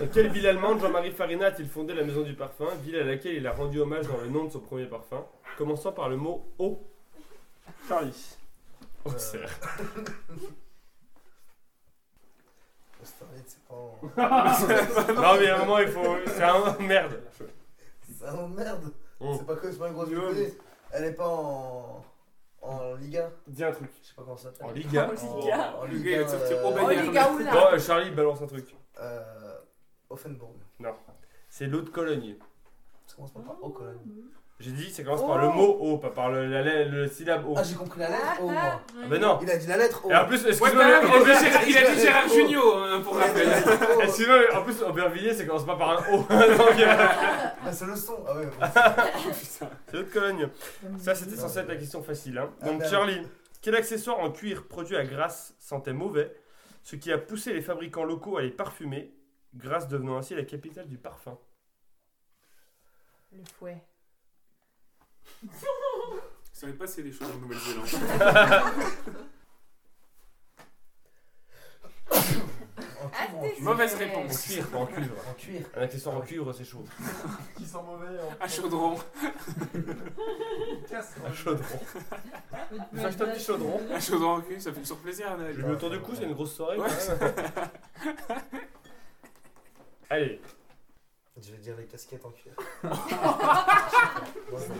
C: Dans quelle ville allemande Jean-Marie Farina a-t-il fondé la maison du parfum Ville à laquelle il a rendu hommage dans le nom de son premier parfum commençant par le mot eau. Charlie.
E: Oh, Euh,
C: Auxerre.
E: Austerlitz, c'est pas en...
C: Non mais à un moment il faut... C'est un... Merde.
E: C'est un merde.
C: Hum.
E: C'est pas que c'est pas une grosse
C: Ouais,
E: beauté. Elle est pas en... En Liga.
C: Dis un truc.
E: Je sais pas comment ça s'appelle.
C: En Liga.
E: Oh,
A: En Liga.
E: En
D: Le gars, il va te sortir
E: euh,
A: Oh,
D: Aubervilliers.
A: les gars, oula.
C: Bon, euh, Charlie, balance un truc.
E: Euh... Offenburg.
C: C'est l'eau de Cologne.
E: Ça commence pas par O, colonne.
C: J'ai dit, ça commence par le mot eau, pas par le, la, la- le syllabe eau.
E: Oh. Ah, j'ai compris la lettre O, moi.
C: Ah ben non.
E: Il a dit la lettre O.
C: Et en plus,
D: Ouais,
C: excuse-moi,
D: quand même, il a dit Gérard- il a dit
E: Excuse-moi.
D: Gérard Junio, hein, pour
E: Il a dit la
D: rappel.
E: lettre O.
C: excuse-moi, en plus, Aubervilliers, ça commence pas par un O. Donc, euh,
E: Ah, c'est le son. Ah ouais. bon.
C: c'est l'eau de Cologne. Ça, c'était censé être la question facile. hein.
E: Ah,
C: Donc,
E: merde.
C: Charlie, quel accessoire en cuir produit à Grasse sentait mauvais, ce qui a poussé les fabricants locaux à les parfumer, Grasse devenant ainsi la capitale du parfum
A: Le fouet.
D: Il s'en est passé des choses en Nouvelle-Zélande.
E: En
A: Ah,
E: cuivre, en cuivre.
D: Mauvaise réponse.
C: cuir, pas en cuivre.
E: En cuir.
C: Un accessoire en cuivre, c'est chaud.
F: Qui sent mauvais en
D: À chaudron.
F: casse.
C: Un chaudron. Vous achetez un petit chaudron
D: À chaudron en cul, ça fait toujours plaisir.
C: Je
D: Naël.
C: lui mets autour du cou, c'est une grosse soirée.
D: Ouais.
C: quand même. Allez,
E: Je vais dire les casquettes en cuir.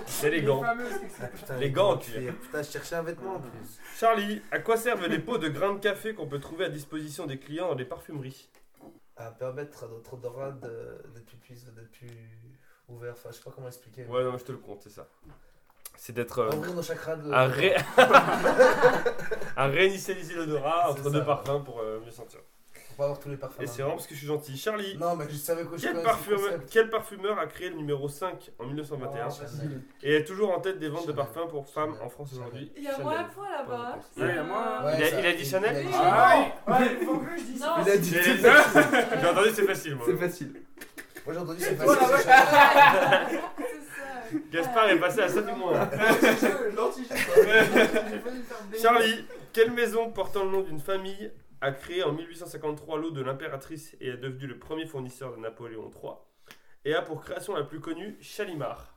C: c'est élégant.
E: Ah, putain,
C: Les gants en Ah.
E: Putain, je cherchais un vêtement en plus.
C: Charlie, à quoi servent les pots de grains de café qu'on peut trouver à disposition des clients dans les parfumeries
E: À permettre à notre dorade de- d'être plus puissant, d'être plus ouvert. Enfin, je sais pas comment expliquer.
C: Ouais, non, je te le compte, c'est ça. C'est d'être euh,
E: Ouvrir nos chakras de.
C: à, ré... à réinitialiser l'odorat
E: C'est
C: entre
E: ça.
C: deux parfums pour euh, mieux sentir.
E: Pour pas avoir tous les parfums.
C: Et c'est vraiment parce que je suis gentil. Charlie,
E: Non, mais je savais que je
C: quel,
E: connaissais
C: parfumeur-
E: le concept. Ah,
C: quel parfumeur a créé le numéro 5 en 1921 et est toujours en tête des ventes de
E: Chanel.
C: parfums pour femmes
E: Chanel.
C: en France
E: Chanel.
C: aujourd'hui
G: Il y a
C: Chanel.
G: moi à point là-bas.
C: Ouais,
G: C'est,
D: il y a moi.
G: euh,
E: Ouais,
C: Il a-
E: ça-
C: il a dit Chanel
E: il a dit
D: Ah,
F: Ouais, il faut que je dise.
G: Non,
B: Il a dit
C: J'ai
B: c'est
C: j'ai
B: facile.
C: entendu, c'est facile, moi.
B: C'est facile.
E: Moi j'ai entendu c'est
G: Voilà,
E: facile.
G: ouais. c'est ça.
C: Gaspard est passé à ça du moins.
F: L'anti-G, quoi. J'ai failli le faire baigner.
C: Charlie, quelle maison portant le nom d'une famille a créé en 1853 l'eau de l'impératrice et est devenue le premier fournisseur de Napoléon III et a pour création la plus connue Chalimar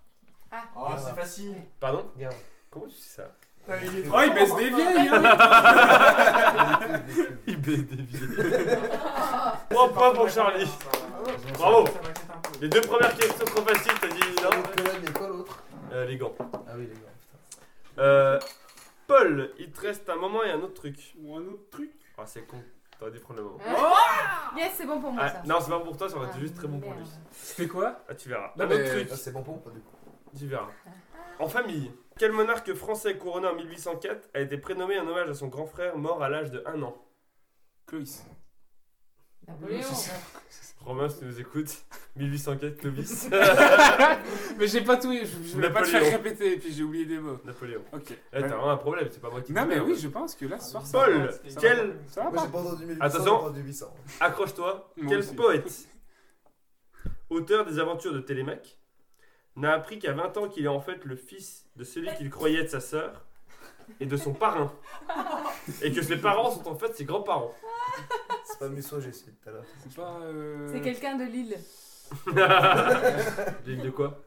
F: Oh, c'est facile.
C: Pardon
E: Bien.
C: Comment tu sais ça
F: Putain, il est
D: Oh,
C: Ah,
D: il baisse des vieilles, hein
C: Il baisse des Bon, Oh, pas pour Charlie. Bravo. Les deux premières questions trop faciles, t'as dit non
E: Colonne et quoi l'autre
C: Euh, Les gants.
E: Ah oui, les gars, putain.
C: Euh, Paul, il te reste un moment et un autre truc.
D: Ou un autre truc.
C: Ah, c'est con. T'aurais dû prendre le moment.
A: Yes, c'est bon pour moi
C: Ah,
A: ça.
C: non, c'est pas pour toi, ça aurait
A: Ah,
C: été juste très bon pour lui.
A: merde.
D: C'était quoi
C: Ah, tu verras.
D: Non,
C: un
D: mais-
C: autre truc.
E: Ah, c'est bon pour moi, du coup.
C: Tu verras. En famille, quel monarque français couronné en 1804 a été prénommé en hommage à son grand frère mort à l'âge de 1 an
D: Clovis.
G: Napoléon.
C: Romain, si tu nous écoutes, 1804 Clovis.
D: Mais j'ai pas tout. Je, je voulais pas te faire
C: Napoléon.
D: répéter, et puis j'ai oublié des mots.
C: Napoléon.
D: Ok.
C: Eh, t'as vraiment un problème, c'est pas moi qui te
D: Non, mais
C: merde.
D: oui, je pense que là, ce soir, ça.
C: Paul,
D: Ça va.
C: quel.
D: Ça va
E: Moi,
D: pas
E: j'ai pas entendu 1800,
C: Attention.
E: j'ai entendu 800.
C: Accroche-toi,
D: Moi
C: quel
D: aussi.
C: poète, auteur des aventures de Télémaque, n'a appris qu'à 20 ans qu'il est en fait le fils de celui qu'il croyait être sa sœur et de son parrain. Et que ses parents sont en fait ses grands-parents.
E: C'est pas Musso, j'ai essayé tout à l'heure.
D: C'est pas. euh,
A: C'est quelqu'un de Lille.
C: L'île de quoi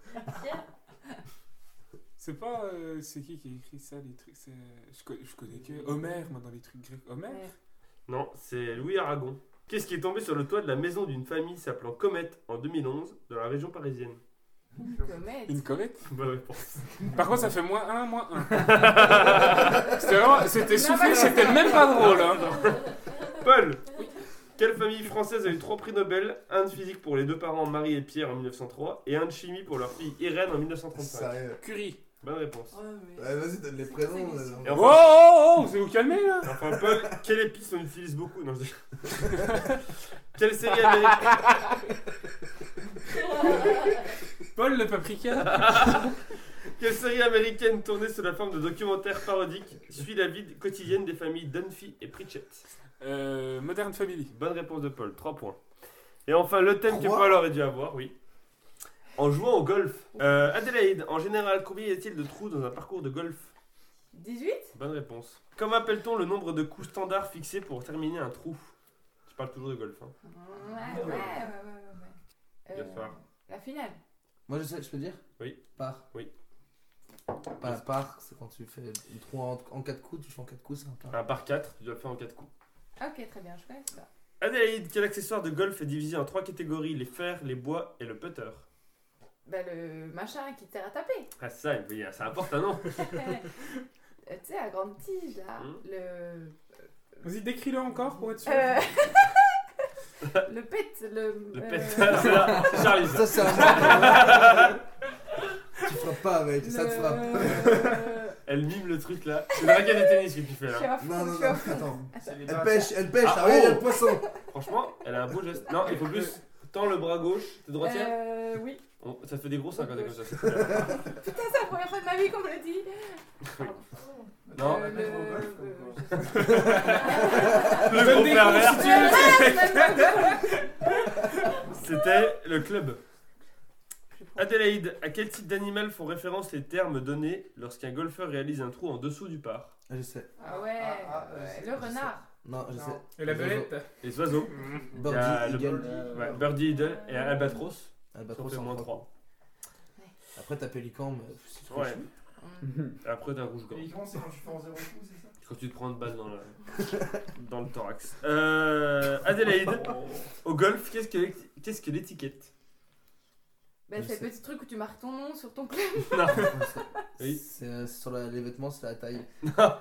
D: C'est pas. euh, c'est qui qui a écrit ça, les trucs c'est... Je, co- je connais que. Homer, moi, dans les trucs grecs. Homer
C: Non, c'est Louis Aragon. Qu'est-ce qui est tombé sur le toit de la maison d'une famille s'appelant Comète en 2011 dans la région parisienne
A: Comète.
D: Une comète
C: Bonne réponse.
D: Par contre, ça fait moins 1, moins 1. c'était vraiment. C'était
A: Non,
D: soufflé,
A: mais-
D: c'était même pas drôle, hein.
C: Paul Quelle famille française a eu trois prix Nobel Un de physique pour les deux parents Marie et Pierre en 1903 et un de chimie pour leur fille Irène en 1935
E: Sérieux.
D: Curie.
C: Bonne réponse.
G: Ouais, mais-
E: Ouais, vas-y, donne les prénoms.
G: C'est
E: euh,
C: Et
D: Oh,
C: enfin,
D: oh, oh, vous vous calmez, là
C: enfin, Paul, quelle épice on utilise beaucoup Non, je dis- Quelle série américaine
D: Paul le paprika.
C: Quelle série américaine tournée sous la forme de documentaire parodique suit la vie quotidienne des familles Dunphy et Pritchett
D: Euh, Modern Family.
C: Bonne réponse de Paul, 3 points. Et enfin, le thème que
E: Trois
C: Paul aurait dû avoir, oui. En jouant au golf. Euh, Adélaïde, en général, combien y a-t-il de trous dans un parcours de golf
A: 18
C: Bonne réponse. Comment appelle-t-on le nombre de coups standards fixés pour terminer un trou Je parle toujours de golf. Hein.
A: Ouais, Ah, ouais, ouais, ouais. ouais.
C: Bien sûr.
A: la finale.
E: Moi, je sais, je peux dire
C: Oui.
E: Par.
C: Oui.
E: Pas la part, c'est quand tu fais une 3 en, en 4 coups, tu fais en 4 coups, c'est un par.
C: Un par 4, tu dois le faire en 4 coups.
A: Ok, très bien, je connais ça.
C: Adélaïde, quel accessoire de golf est divisé en trois catégories Les fers, les bois et le putter.
A: Bah, le machin qui te sert à taper.
C: Ah ça, mais ça importe hein, un nom.
A: Euh, tu sais, la grande tige, là.
C: Hmm.
A: Le.
D: Vas-y, décris-le encore pour être sûr.
A: Euh, le pet. Le,
C: Le
A: euh,
C: pet. C'est là, c'est Charlie. ça.
E: Ça, c'est un mot. Tu frappes pas, mec, ça te frappe.
A: le-
C: Elle mime le truc là. C'est la raquette de tennis que tu fais
A: Je
C: là.
A: suis à fond,
E: Non,
A: je
E: non,
A: suis
E: non,
A: à fond.
E: attends.
F: C'est les
E: Elle
F: bas.
E: pêche, elle pêche,
C: Ah,
E: ah, regarde, il y a
C: oh.
E: le poisson.
C: Franchement, elle a un beau geste. Non, il faut plus. Tends le bras gauche, t'es droitière
A: Euh, oui.
C: On- Ça fait des gros 5 quand t'es comme ça.
A: Putain, c'est la première fois de ma vie qu'on me le dit.
C: Non
A: Euh,
F: va mettre au
A: le-
F: golf,
A: le-
F: comme
C: Le
D: Donne
C: gros
D: des
C: pervers,
D: coups, si tu veux.
C: c'était le club.
A: je- je-
C: Adélaïde, à quel type d'animal font référence les termes donnés lorsqu'un golfeur réalise un trou en dessous du par
E: Ah, Je sais.
A: Ah ouais,
F: Ah, ah,
A: ouais,
F: c'est-
A: le
F: c'est-
A: renard.
E: Non, je
F: Non.
E: sais.
D: Et la belette.
C: Les oiseaux.
E: Birdie,
C: Il y a le
E: Eagle,
F: birdie.
C: Ouais, Birdie, Eagle et Albatros.
E: Albatros,
C: Ça fait
E: en
C: moins
E: Ah, bah, trois
C: trois.
E: coups.
A: Ouais.
E: Après, t'as Pélican, mais pff, c'est trop
C: Ouais.
E: chaud.
A: Mm-hmm.
C: Après, t'as un rouge gant.
F: Et comment c'est quand tu fais en 0 coup, c'est ça
C: Quand tu te prends une balle dans, la... dans le thorax. Euh, Adélaïde, au golf, qu'est-ce que, qu'est-ce que l'étiquette
A: Bah,
E: Je
A: c'est
E: sais.
A: le petit truc où tu marques ton nom sur ton club.
C: Oui.
E: C'est euh, sur la- les vêtements, c'est la taille.
C: Paul, toi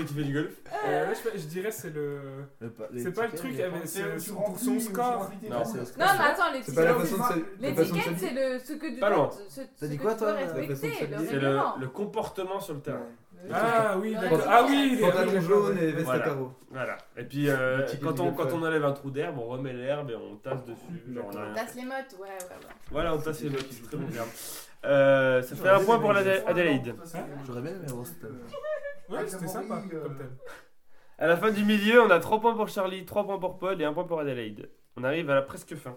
C: qui fais du golf
D: Euh, ouais, je sais pas, je dirais c'est le.
E: Le pa- les
D: C'est pas le
E: tickets,
D: truc
E: les-
D: avec
F: C'est
D: c'est-
F: où
D: c'est
F: tu
D: pour
F: remplis
D: son
F: ou tu
D: score.
F: remplis tes
E: Non,
F: points.
E: c'est le
A: Non, mais attends,
F: C'est
A: l'étiquette.
F: pas la façon de se- la façon de
A: L'étiquette, c'est le, ce que tu
C: Pas
A: dois,
C: loin.
A: ce, ce
E: dit
A: que
E: quoi,
A: tu dois
E: toi, la façon de
A: respecter, le
E: s'habiller
C: C'est le,
A: règlement.
C: le comportement sur le terrain.
D: Ah oui,
A: Ouais.
D: d'accord. Ah oui, les-
B: Pantalon jaune et veste
C: Voilà.
B: à carreaux.
C: Voilà. Et puis, euh,
B: Le petit
C: quand, on,
B: golf,
C: quand
B: ouais.
C: on enlève un trou d'herbe, on remet l'herbe et on tasse dessus. Genre, on a rien.
A: Tasse les mottes, ouais, ouais, ouais.
C: Voilà, on tasse les blocs, c'est très bon terme. Euh, ça fait un point pour l'Adé- Adélaïde.
E: J'aurais bien aimé avoir cette euh, table.
D: Ouais, c'était sympa comme thème.
C: À la fin du milieu, on a 3 points pour Charlie, 3 points pour Paul et 1 point pour Adélaïde. On arrive à la presque fin.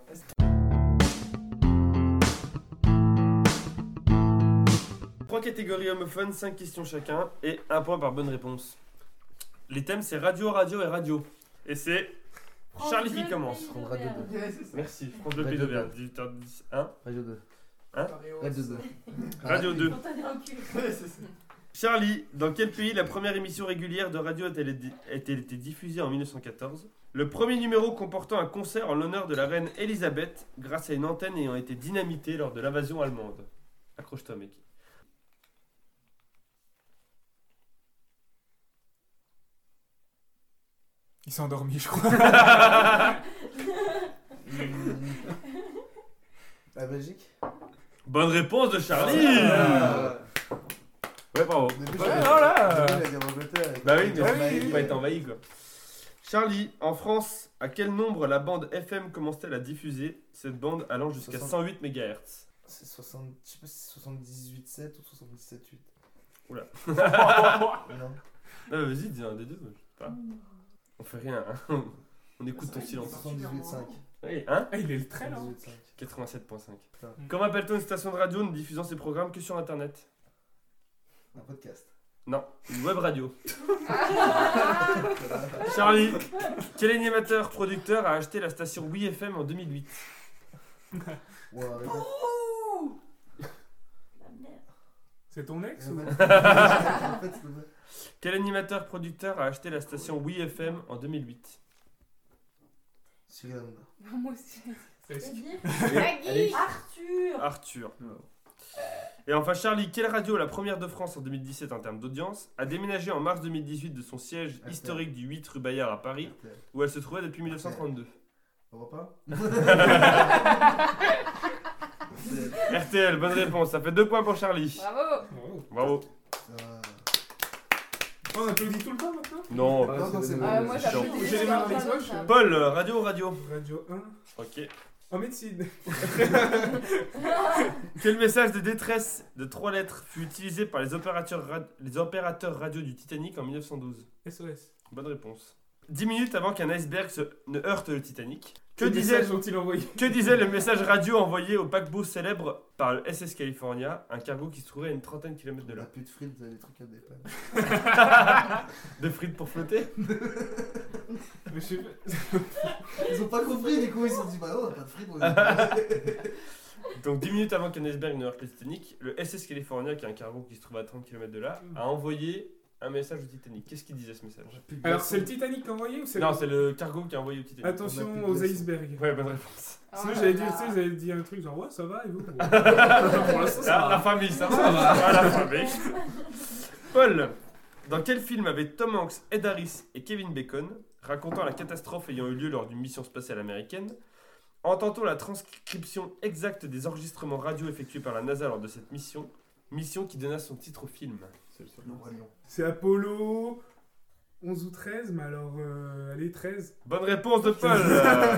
C: trois catégories homophones, cinq questions chacun et un point par bonne réponse. Les thèmes c'est radio, radio et radio. Et c'est Charlie qui commence. Merci, France Bleu Pays
E: Radio
C: d'Auvergne, 18h10, 1.
E: Radio 2. Oh,
F: Radio 2.
C: Radio 2.
G: Quand t'as un cul.
C: Charlie, dans quel pays la première émission régulière de radio a-t-elle été- a-t-elle été diffusée en 1914 Le premier numéro comportant un concert en l'honneur de la reine Elisabeth grâce à une antenne ayant été dynamitée lors de l'invasion allemande. Accroche-toi mec.
D: Il s'est endormi, je crois.
E: La Belgique
C: Bonne réponse de Charlie
E: Ah.
C: Ouais bravo.
E: Depuis,
D: Ouais,
E: j'avais-
D: voilà.
E: depuis, j'avais en Angleterre avec-
C: Bah oui, mais
E: avec
C: on a-
E: Maï,
C: il va
E: euh,
C: être envahi quoi. Charlie, en France, à quel nombre la bande FM commence-t-elle à diffuser cette bande allant jusqu'à
E: 60.
C: 108 MHz
E: C'est 60, je sais pas si c'est 78.7 ou 77.8.
C: Oula.
E: non.
C: Vas-y, dis un des deux. je sais pas. On fait rien. hein. On écoute ton silence.
E: 78.5.
C: Oui, hein
D: Ah, il est le trait là.
E: 78.5.
C: 87.5.
E: Putain.
C: Comment appelle-t-on une station de radio ne diffusant ses programmes que sur internet
E: Un podcast.
C: Non, une web radio. Charlie, quel animateur producteur a acheté la station WeFM en 2008
E: Ou un répète.
G: La merde.
D: C'est ton ex ou
E: en fait, c'est vrai.
C: Quel animateur producteur a acheté la station WeFM en 2008
E: Sugarland.
A: Moi aussi.
G: C'est dire
A: Maggie
G: Arthur.
C: Arthur. Et enfin Charlie, quelle radio, la première de France en 2017 en termes d'audience, a déménagé en mars 2018 de son siège
E: RTL.
C: historique du 8 rue Bayard à Paris,
E: RTL.
C: où elle se trouvait depuis 1932
E: Europe
C: RTL, bonne réponse, ça fait deux points pour Charlie.
A: Bravo
D: Oh.
C: Bravo.
E: 1 Euh,
D: On applaudit tout le temps maintenant
C: Non.
E: non, non, c'est
A: Euh,
E: bon.
A: Moi
C: c'est
A: j'appuie
C: chiant.
A: des
D: J'ai les mains dans les poches.
A: ça.
C: Paul, euh, radio, radio.
D: Radio 1.
C: Ok.
D: En médecine.
C: Quel message de détresse de trois lettres fut utilisé par les opérateurs, ra- les opérateurs radio du Titanic en 1912
D: SOS.
C: Bonne réponse. Dix minutes avant qu'un iceberg se- ne heurte le Titanic, que
D: Quel
C: disait,
D: message ont-ils envoyé
C: que disait le message radio envoyé au paquebot célèbre par le SS California, un cargo qui se trouvait à une trentaine de kilomètres de
E: On a
C: là
E: plus de frites, les trucs à des pannes.
C: De frites pour flotter
D: Mais je sais pas.
E: Ils ont pas compris, du coup, ils se sont dit bah non, on a pas de frites. on a des pannes.
C: Donc 10 minutes avant qu'un iceberg ne heurte le Titanic, le SS California, qui est un cargo qui se trouve à 30 km de là, a envoyé un message au Titanic. Qu'est-ce qu'il disait ce message
D: Alors, c'est le Titanic envoyé ou c'est
C: Non,
D: le-
C: c'est le cargo qui a envoyé au Titanic.
D: Attention aux icebergs.
C: Ouais, bonne réponse.
A: Oh
D: Sinon,
A: là
D: j'allais dire,
A: là.
D: tu sais, j'allais dire un truc genre, ouais, ça va, et vous Pour l'instant, ça
C: La, la
D: va.
C: famille, ça va,
D: Ça
C: ça
D: va.
C: va, la famille. Paul, dans quel film avaient Tom Hanks, Ed Harris et Kevin Bacon, racontant la catastrophe ayant eu lieu lors d'une mission spatiale américaine, entend-on la transcription exacte des enregistrements radio effectués par la NASA lors de cette mission, mission qui donna son titre au film
E: Le roi lion.
D: C'est Apollo 11 ou 13, mais alors, euh, allez, 13.
C: Bonne réponse de Paul euh,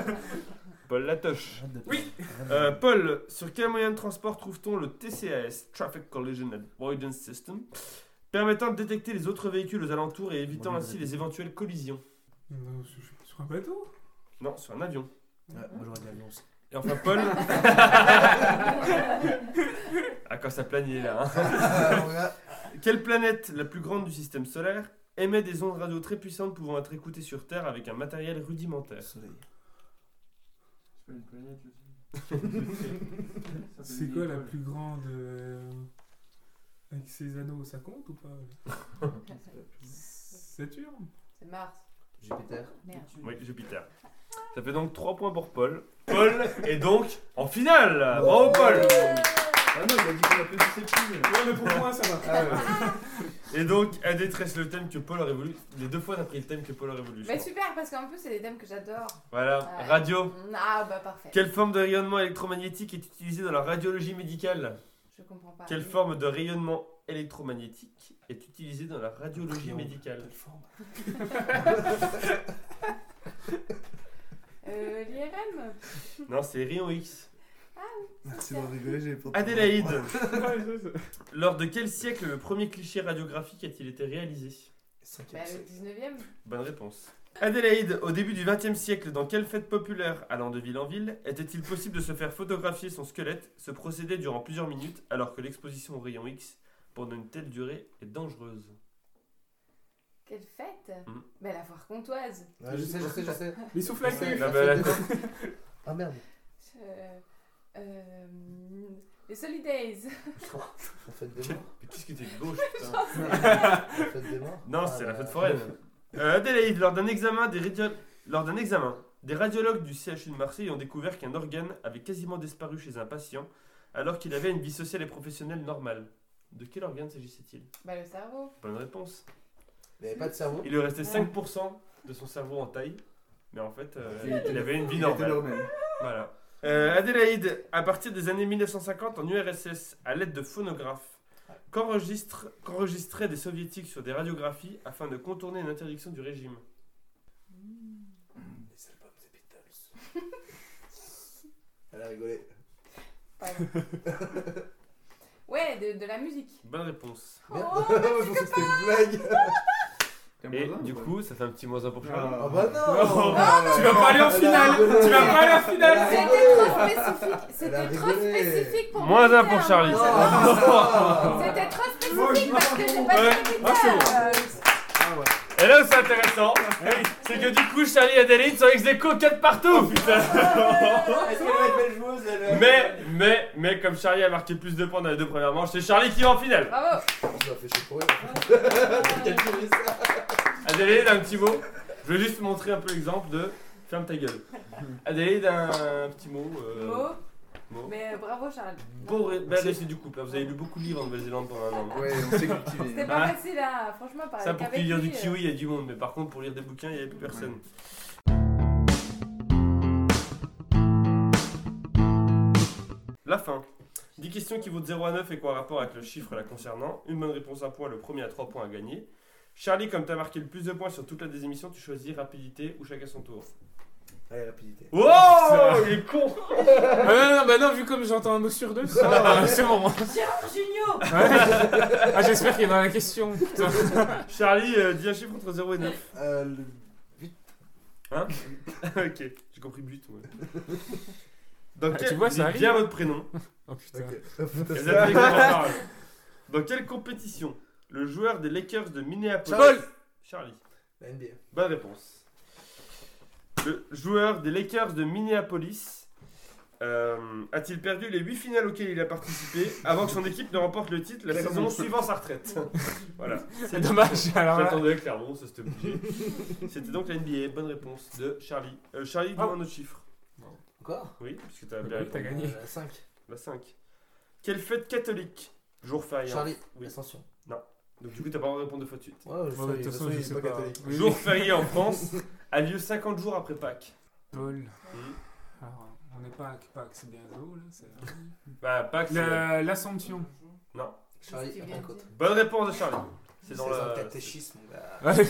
C: Paul Latoche.
E: Arrête de-
D: Oui.
E: arrête de-
C: Euh, Paul, sur quel moyen de transport trouve-t-on le TCAS, Traffic Collision Avoidance System, permettant de détecter les autres véhicules aux alentours et évitant
E: Moyen de
C: ainsi les éventuelles collisions
D: Non, je suis Sur un bateau
C: Non, sur un avion.
E: Ouais, moi j'aurais de l'alliance.
C: Et enfin Paul. ah, quand ça plane, il est là. hein.
E: Ah,
C: Quelle planète, la plus grande du système solaire, émet des ondes radio très puissantes pouvant être écoutées sur Terre avec un matériel rudimentaire
E: Soleil.
F: C'est pas une planète, je sais. Ça fait
D: C'est
F: une
D: quoi la
F: école.
D: plus grande. euh, Avec ses anneaux, ça compte ou pas Saturne
A: C'est Mars.
E: Jupiter.
A: Merde.
C: Oui, Jupiter. Ça fait donc 3 points pour Paul. Paul est donc en finale Bravo Paul
E: Ah non, il a dit qu'on applaudissait plus.
D: Ouais, mais pour moi, ça va.
C: Et donc, elle détresse le thème que Paul aurait voulu. Les deux fois, t'as pris le thème que Paul aurait voulu. je
A: Mais
C: crois.
A: super, parce qu'en plus, Bah, c'est des thèmes que j'adore.
C: Voilà,
A: Ouais.
C: radio.
A: Ah bah parfait.
C: Oh. Quelle forme de rayonnement électromagnétique est utilisée dans la radiologie médicale
A: Je comprends pas.
C: Quelle forme de rayonnement électromagnétique est utilisée dans la radiologie
E: Rayon.
C: médicale
A: Euh, L'IRM
C: Non, c'est rayon X.
E: Merci d'avoir rigolé, j'avais pas.
C: Adélaïde,
D: Ouais, ça, ça.
C: lors de quel siècle le premier cliché radiographique a-t-il été réalisé
A: Bah
E: Cinquième
A: le
E: siècle.
A: 19ème.
C: Bonne réponse. Adélaïde, au début du XXe siècle, dans quelle fête populaire, allant de ville en ville, était-il possible de se faire photographier son squelette, se procéder durant plusieurs minutes, alors que l'exposition au rayon X pendant une telle durée est dangereuse
A: Quelle fête
C: Mhm.
A: Mais la foire comtoise
E: Ouais, Ah, je sais, je sais, je sais.
D: Mais souffle la
E: Ouais,
D: queue.
E: la
C: bah,
E: fête
C: la-
E: des morts. Ah merde.
A: Euh, euh, Les Solidays
E: La fête des morts.
C: Mais qu'est-ce que t'es gauche, putain
D: Ah,
E: La fête des morts.
C: Non,
E: Ah,
C: c'est la
E: bah,
C: fête foraine. Euh, Adélaïde, lors d'un examen, des radio- lors d'un examen, des radiologues du CHU de Marseille ont découvert qu'un organe avait quasiment disparu chez un patient alors qu'il avait une vie sociale et professionnelle normale. De quel organe s'agissait-il
A: Bah le cerveau
C: Bonne réponse.
E: Il n'y avait pas de cerveau.
C: Il lui restait 5% de son cerveau en taille, mais en fait, euh, il avait une vie
B: Il était
C: normale.
B: normal.
C: Voilà. Euh, Adélaïde, à partir des années 1950 en URSS, à l'aide de phonographes, qu'enregistre- qu'enregistraient des soviétiques sur des radiographies afin de contourner une interdiction du régime
E: Les albums des Beatles. Elle a rigolé.
A: Pardon. Ouais, de, de la musique
C: Bonne réponse.
E: Merde.
A: Oh,
E: je pensais que c'était une blague.
B: T'as un
C: Et
B: voisin,
C: du
B: ou pas
C: coup, ça fait un petit moins un pour Charles.
E: Ah bah non.
D: Tu vas pas aller en
E: Elle a
D: finale
B: Ah,
E: rigolé.
D: Tu vas pas aller en finale
E: Elle a
A: C'était trop spécifique C'était
E: rigolé.
A: trop
E: rigolé.
A: spécifique
B: ah.
A: pour
C: Moins
A: mon
C: un pour
A: père.
C: Charlie.
E: Non,
C: ça.
E: ça.
A: C'était trop
B: Moi, je
A: spécifique parce que j'ai
C: Ouais.
A: pas de
C: Ah, c'est
A: guitare
B: Ah ouais.
C: Et là où c'est intéressant, c'est que du coup, Charlie et Adélaïde sont ex aequo 4
B: Oh,
C: partout.
F: Est-ce qu'elle va être belle joueuse elle
C: mais, mais, mais comme Charlie a marqué plus de points dans les deux premières manches, c'est Charlie qui va en finale.
A: Euh, Bravo
E: On s'est fait chier pour rien.
F: calculer ça
C: Adélaïde, un petit mot. Je vais juste montrer un peu l'exemple de ferme ta gueule. Adélaïde, un petit mot. euh,
A: Mot
C: mot.
A: Mais euh, bravo Charles
C: Bon, ré- belle réussite du couple. hein. Vous avez lu beaucoup de livres en Nouvelle-Zélande pendant un an.
B: Ouais, on s'est cultivé.
A: C'était
B: hein.
A: pas
C: Ah.
A: facile à... Franchement, par
C: Ça, pour
A: qu'avec
C: lire du
A: lui, euh,
C: kiwi, il y a du monde, mais par contre, pour lire des bouquins, il n'y avait plus personne. La fin. 10 questions qui vaut de 0 à 9 et quoi rapport avec le chiffre la concernant. Une bonne réponse à point, le premier à 3 points à gagner. Charlie, comme tu as marqué le plus de points sur toute la des émissions, tu choisis rapidité ou chacun son tour.
E: Allez, rapidité.
C: Wow Il est con
D: Ah non, non, bah non, vu comme j'entends un mot sur deux, c'est bon, Ah, c'est bon.
G: Gérard Junior
D: Ah, j'espère qu'il y a dans la question. putain.
C: Charlie, euh, dis un chiffre entre 0 et 9.
E: Euh, le-
C: ok, j'ai compris but, moi. Dans
D: Ah,
C: quel-
D: tu vois, ça
C: dis
D: arrive.
C: bien votre prénom.
D: Oh putain.
E: Ok.
C: Les Américains en parlent. Dans quelle compétition le joueur des Lakers de Minneapolis
D: Charles.
C: Charlie.
E: La NBA.
C: Bonne réponse. Le joueur des Lakers de Minneapolis euh, a-t-il perdu les 8 finales auxquelles il a participé avant que son équipe ne remporte le titre la saison suivant sa retraite Voilà.
D: C'est dommage, alors là.
C: J'attendais Clermont, ça c'était obligé. C'était donc la NBA. Bonne réponse de Charlie. Euh, Charlie, dis-moi
D: Oh.
C: un autre chiffre.
E: Encore
C: Oui, puisque t'as bien
D: Oui, t'as
C: répondu.
D: gagné.
E: 5.
C: La 5. Quelle fête catholique Jour férié. en
E: Charlie,
C: Oui.
E: ascension.
C: Donc du coup, t'as pas le répondre de fois de suite.
E: Ouais, je
D: Bon, de toute façon, je sais pas. Oui.
C: Jour férié en France a lieu 50 jours après Pâques.
D: Paul.
C: Mhm.
D: Alors, on n'est pas à Pâques, c'est bientôt, là. c'est-
C: Bah, Pâques, c'est...
D: La- L'Assomption.
A: Charlie,
E: Charlie,
A: Qu'est-ce que tu viens de dire
C: Bonne réponse de Charlie. C'est dans
E: un
C: la...
E: catéchisme, mon gars.
C: Ça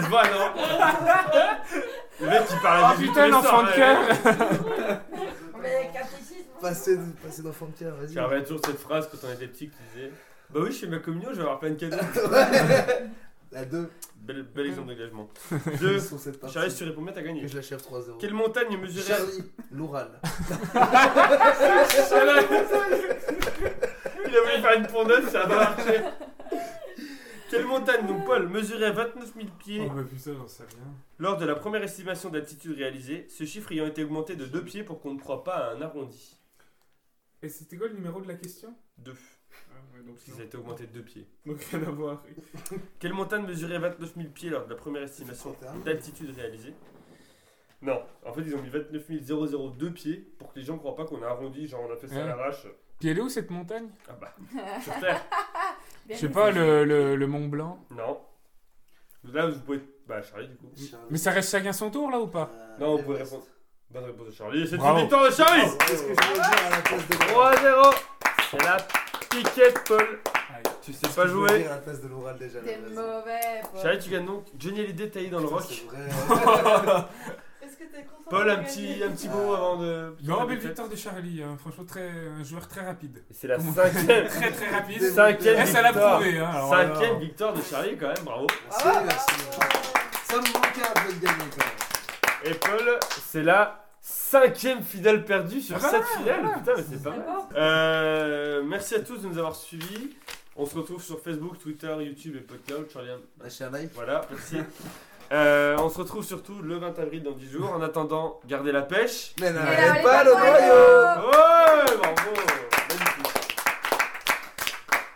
C: se voit, non Le mec, il parle à
D: Oh
C: des
D: putain,
C: tous les soirs,
D: l'enfant de
C: ouais.
D: cœur
G: Mais catéchisme
A: hein.
E: Passer, passer d'enfant de cœur, vas-y.
C: Tu reviens toujours cette phrase quand on était petit qui disait Bah oui, je fais ma communion, je vais avoir plein de cadeaux.
E: Ouais. La 2,
C: bel, bel exemple d'engagement.
E: ils
C: 2.
E: sont cette partie.
C: Charlie, si tu réponds bien, t'as
E: Que
C: gagné.
E: je l'achève 3-0.
C: Quelle montagne mesurait...
E: Charlie, l'oral.
C: Il a voulu faire une pondeuse, ça a pas marché. Quelle montagne, donc Paul, mesurait 29 000 pieds
D: Oh bah putain, j'en sais rien.
C: Lors de la première estimation d'altitude réalisée, ce chiffre ayant été augmenté de 2 pieds pour qu'on ne croit pas à un arrondi.
D: Et c'était quoi le numéro de la question
C: 2.
D: Ah ouais, donc
C: Parce qu'ils a été augmenté de 2 pieds.
D: Donc rien à voir.
C: Quelle montagne mesurait 29 000 pieds lors de la première estimation d'altitude réalisée Non, en fait ils ont mis 29 002 pieds pour que les gens ne croient pas qu'on a arrondi, genre on a fait ça à
D: Ouais.
C: l'arrache.
D: Puis elle est où cette montagne
C: Ah bah, sur Terre
A: Bien
D: Je sais
A: joué.
D: pas, le, le, le Mont Blanc.
C: Non. Là vous pouvez. Bah Charlie du coup.
E: Charlie.
D: Mais ça reste chacun son tour là ou pas
E: Euh,
C: Non, on pouvait
E: Everest.
C: répondre. Bonne réponse de Charlie, c'est une
D: Bravo.
C: victoire de Charlie
E: Oh, Qu'est-ce que je peux dire à la place de l'oral
C: 3-0 C'est la piquette Paul
D: Aïe.
C: Tu sais
E: Qu'est-ce
C: pas
E: que je peux
C: jouer
E: dire à la place de l'oral déjà.
A: T'es
E: là, vas-y.
A: mauvais Paul.
C: Charlie, tu gagnes donc Johnny Hallyday taillé dans le
E: Putain,
C: rock.
E: c'est vrai.
G: Est-ce que t'es content
C: Paul,
G: de
C: un
G: gagner
C: petit, un petit mot avant de.
D: Non, belle victoire de Charlie, hein. franchement, très, un joueur très rapide.
C: Et C'est la cinquième,
D: Très très rapide.
E: Désolé.
C: cinquième
D: Eh, ça l'a
C: victoire.
D: prouvé, hein. alors là-
C: Cinquième victoire de Charlie, quand même, bravo.
E: Merci, Ah. merci. Ça me manquait un peu de gagner quand même.
C: Et Paul, c'est la Cinquième finale perdue sur
D: Voilà,
C: sept finales.
D: voilà.
C: Putain, mais c'est pas mal.
G: D'accord
C: Euh, merci à tous de nous avoir suivis. On se retrouve sur Facebook, Twitter, YouTube et PodCloud. Charlie,
E: Lâchez Bah, un live.
C: voilà, merci. Euh, on se retrouve surtout le 20 avril dans 10 jours. En attendant, gardez la pêche.
E: Mais
A: Et là,
E: n'arrêtez
A: allez,
E: pas le
A: pas
E: noyau
A: noyau.
C: Ouais, bravo